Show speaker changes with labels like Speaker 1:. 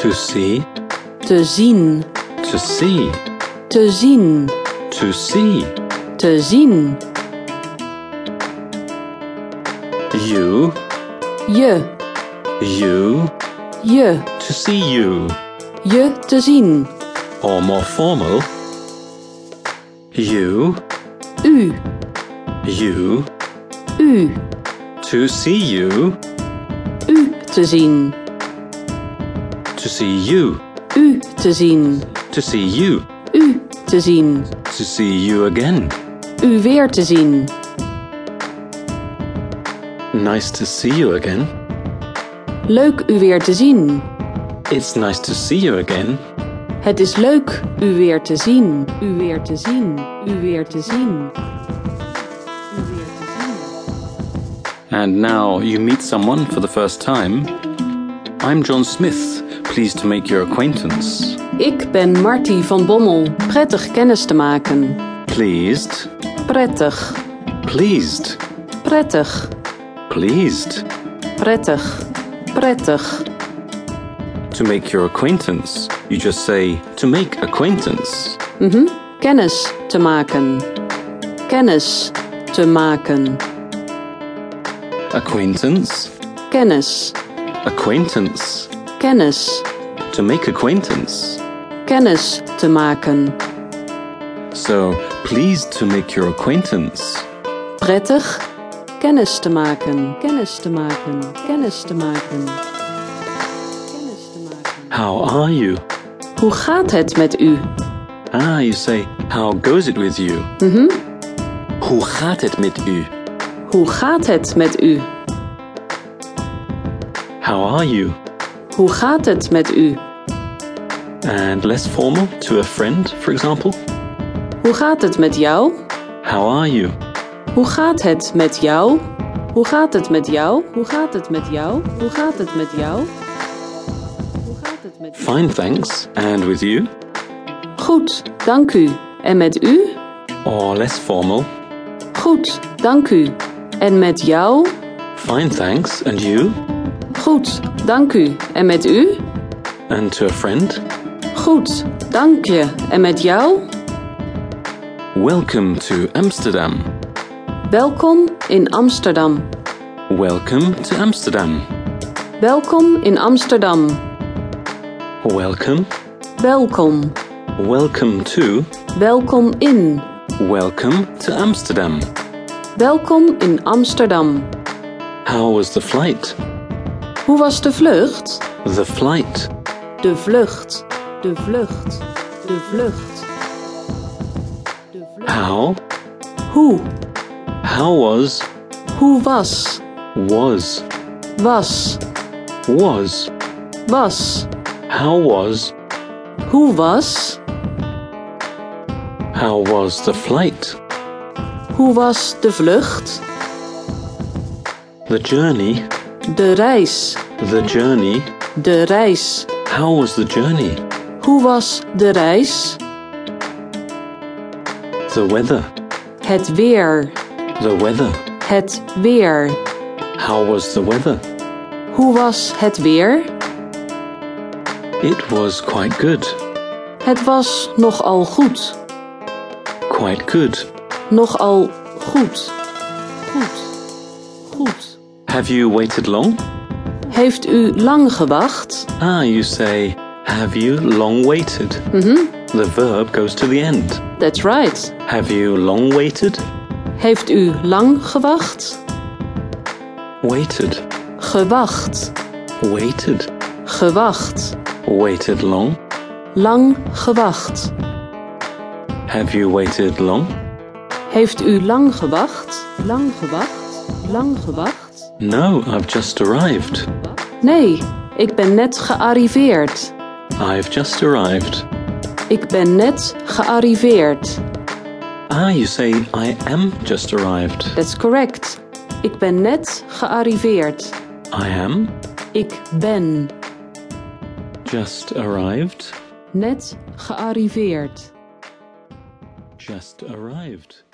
Speaker 1: To see,
Speaker 2: te zien,
Speaker 1: to see,
Speaker 2: te zien,
Speaker 1: to see.
Speaker 2: te zien.
Speaker 1: You,
Speaker 2: Je,
Speaker 1: you,
Speaker 2: je,
Speaker 1: to see you.
Speaker 2: je te zien.
Speaker 1: Or more formal, you,
Speaker 2: U,
Speaker 1: you,
Speaker 2: u,
Speaker 1: to see you,
Speaker 2: u te zien.
Speaker 1: to see you,
Speaker 2: U te zien,
Speaker 1: to see you,
Speaker 2: u te zien.
Speaker 1: to see you again.
Speaker 2: U weer te zien.
Speaker 1: Nice to see you again.
Speaker 2: Leuk u weer te zien.
Speaker 1: It's nice to see you again.
Speaker 2: Het is leuk u weer te zien. U weer te zien, u weer te zien. U weer te zien.
Speaker 1: And now you meet someone for the first time. I'm John Smith, pleased to make your acquaintance.
Speaker 2: Ik ben Marty van Bommel. Prettig kennis te maken.
Speaker 1: Pleased,
Speaker 2: Prettig,
Speaker 1: pleased,
Speaker 2: prettig,
Speaker 1: pleased
Speaker 2: prettig, prettig.
Speaker 1: to make your acquaintance. You just say to make acquaintance.
Speaker 2: Kennis te maken. Kennis te maken.
Speaker 1: Acquaintance,
Speaker 2: Kennis,
Speaker 1: acquaintance,
Speaker 2: kennis,
Speaker 1: to make acquaintance.
Speaker 2: kennis te maken.
Speaker 1: So, pleased to make your acquaintance.
Speaker 2: Prettig kennis te maken. Kennis te maken. Kennis te maken. Kennis te maken.
Speaker 1: How are you?
Speaker 2: Hoe gaat het met u?
Speaker 1: Ah, you say, how goes it with you? Mm-hmm. Hoe gaat het met u?
Speaker 2: Hoe gaat het met u?
Speaker 1: How are you?
Speaker 2: Hoe gaat het met u?
Speaker 1: And less formal to a friend, for example.
Speaker 2: Hoe gaat het met jou?
Speaker 1: How are you?
Speaker 2: Hoe gaat het met jou? Hoe gaat het met jou? Hoe gaat het met jou? Hoe gaat het met jou? Hoe gaat het met
Speaker 1: Fine, thanks. And with you?
Speaker 2: Goed, dank u. En met u?
Speaker 1: Or less formal.
Speaker 2: Goed, dank u. En met jou?
Speaker 1: Fine, thanks. And you?
Speaker 2: Goed, dank u. En met u?
Speaker 1: And to a friend?
Speaker 2: Goed, dank je. En met jou?
Speaker 1: Welcome to Amsterdam.
Speaker 2: Welkom in Amsterdam.
Speaker 1: Welcome to Amsterdam.
Speaker 2: Welkom in Amsterdam.
Speaker 1: Welcome.
Speaker 2: Welkom.
Speaker 1: Welcome to.
Speaker 2: Welkom in.
Speaker 1: Welcome to Amsterdam.
Speaker 2: Welkom in Amsterdam.
Speaker 1: How was the flight?
Speaker 2: Hoe was de vlucht?
Speaker 1: The flight.
Speaker 2: De vlucht. De vlucht. De vlucht. De vlucht.
Speaker 1: How?
Speaker 2: Hoe?
Speaker 1: How was?
Speaker 2: Hoe was?
Speaker 1: Was.
Speaker 2: Was.
Speaker 1: Was.
Speaker 2: Was.
Speaker 1: How was?
Speaker 2: Hoe was?
Speaker 1: How was the flight?
Speaker 2: Hoe was de vlucht?
Speaker 1: The journey.
Speaker 2: De reis.
Speaker 1: The journey.
Speaker 2: De reis.
Speaker 1: How was the journey?
Speaker 2: Hoe was de reis?
Speaker 1: The weather.
Speaker 2: Het weer.
Speaker 1: The weather.
Speaker 2: Het weer.
Speaker 1: How was the weather?
Speaker 2: Hoe was het weer?
Speaker 1: It was quite good.
Speaker 2: Het was nogal goed.
Speaker 1: Quite good.
Speaker 2: Nogal goed. Goed. Goed.
Speaker 1: Have you waited long?
Speaker 2: Heeft u lang gewacht?
Speaker 1: Ah, you say, have you long waited? Mm-hmm. The verb goes to the end.
Speaker 2: That's right.
Speaker 1: Have you long waited?
Speaker 2: Heeft u lang gewacht?
Speaker 1: Waited.
Speaker 2: Gewacht.
Speaker 1: Waited.
Speaker 2: Gewacht.
Speaker 1: Waited long.
Speaker 2: Lang gewacht.
Speaker 1: Have you waited long?
Speaker 2: Heeft u lang gewacht? Lang gewacht? Lang gewacht?
Speaker 1: No, I've just arrived.
Speaker 2: Nee, ik ben net gearriveerd.
Speaker 1: I've just arrived.
Speaker 2: Ik ben net gearriveerd.
Speaker 1: Ah, you say, I am just arrived.
Speaker 2: That's correct. Ik ben net gearriveerd.
Speaker 1: I am
Speaker 2: Ik ben
Speaker 1: just arrived.
Speaker 2: net gearriveerd.
Speaker 1: Just arrived.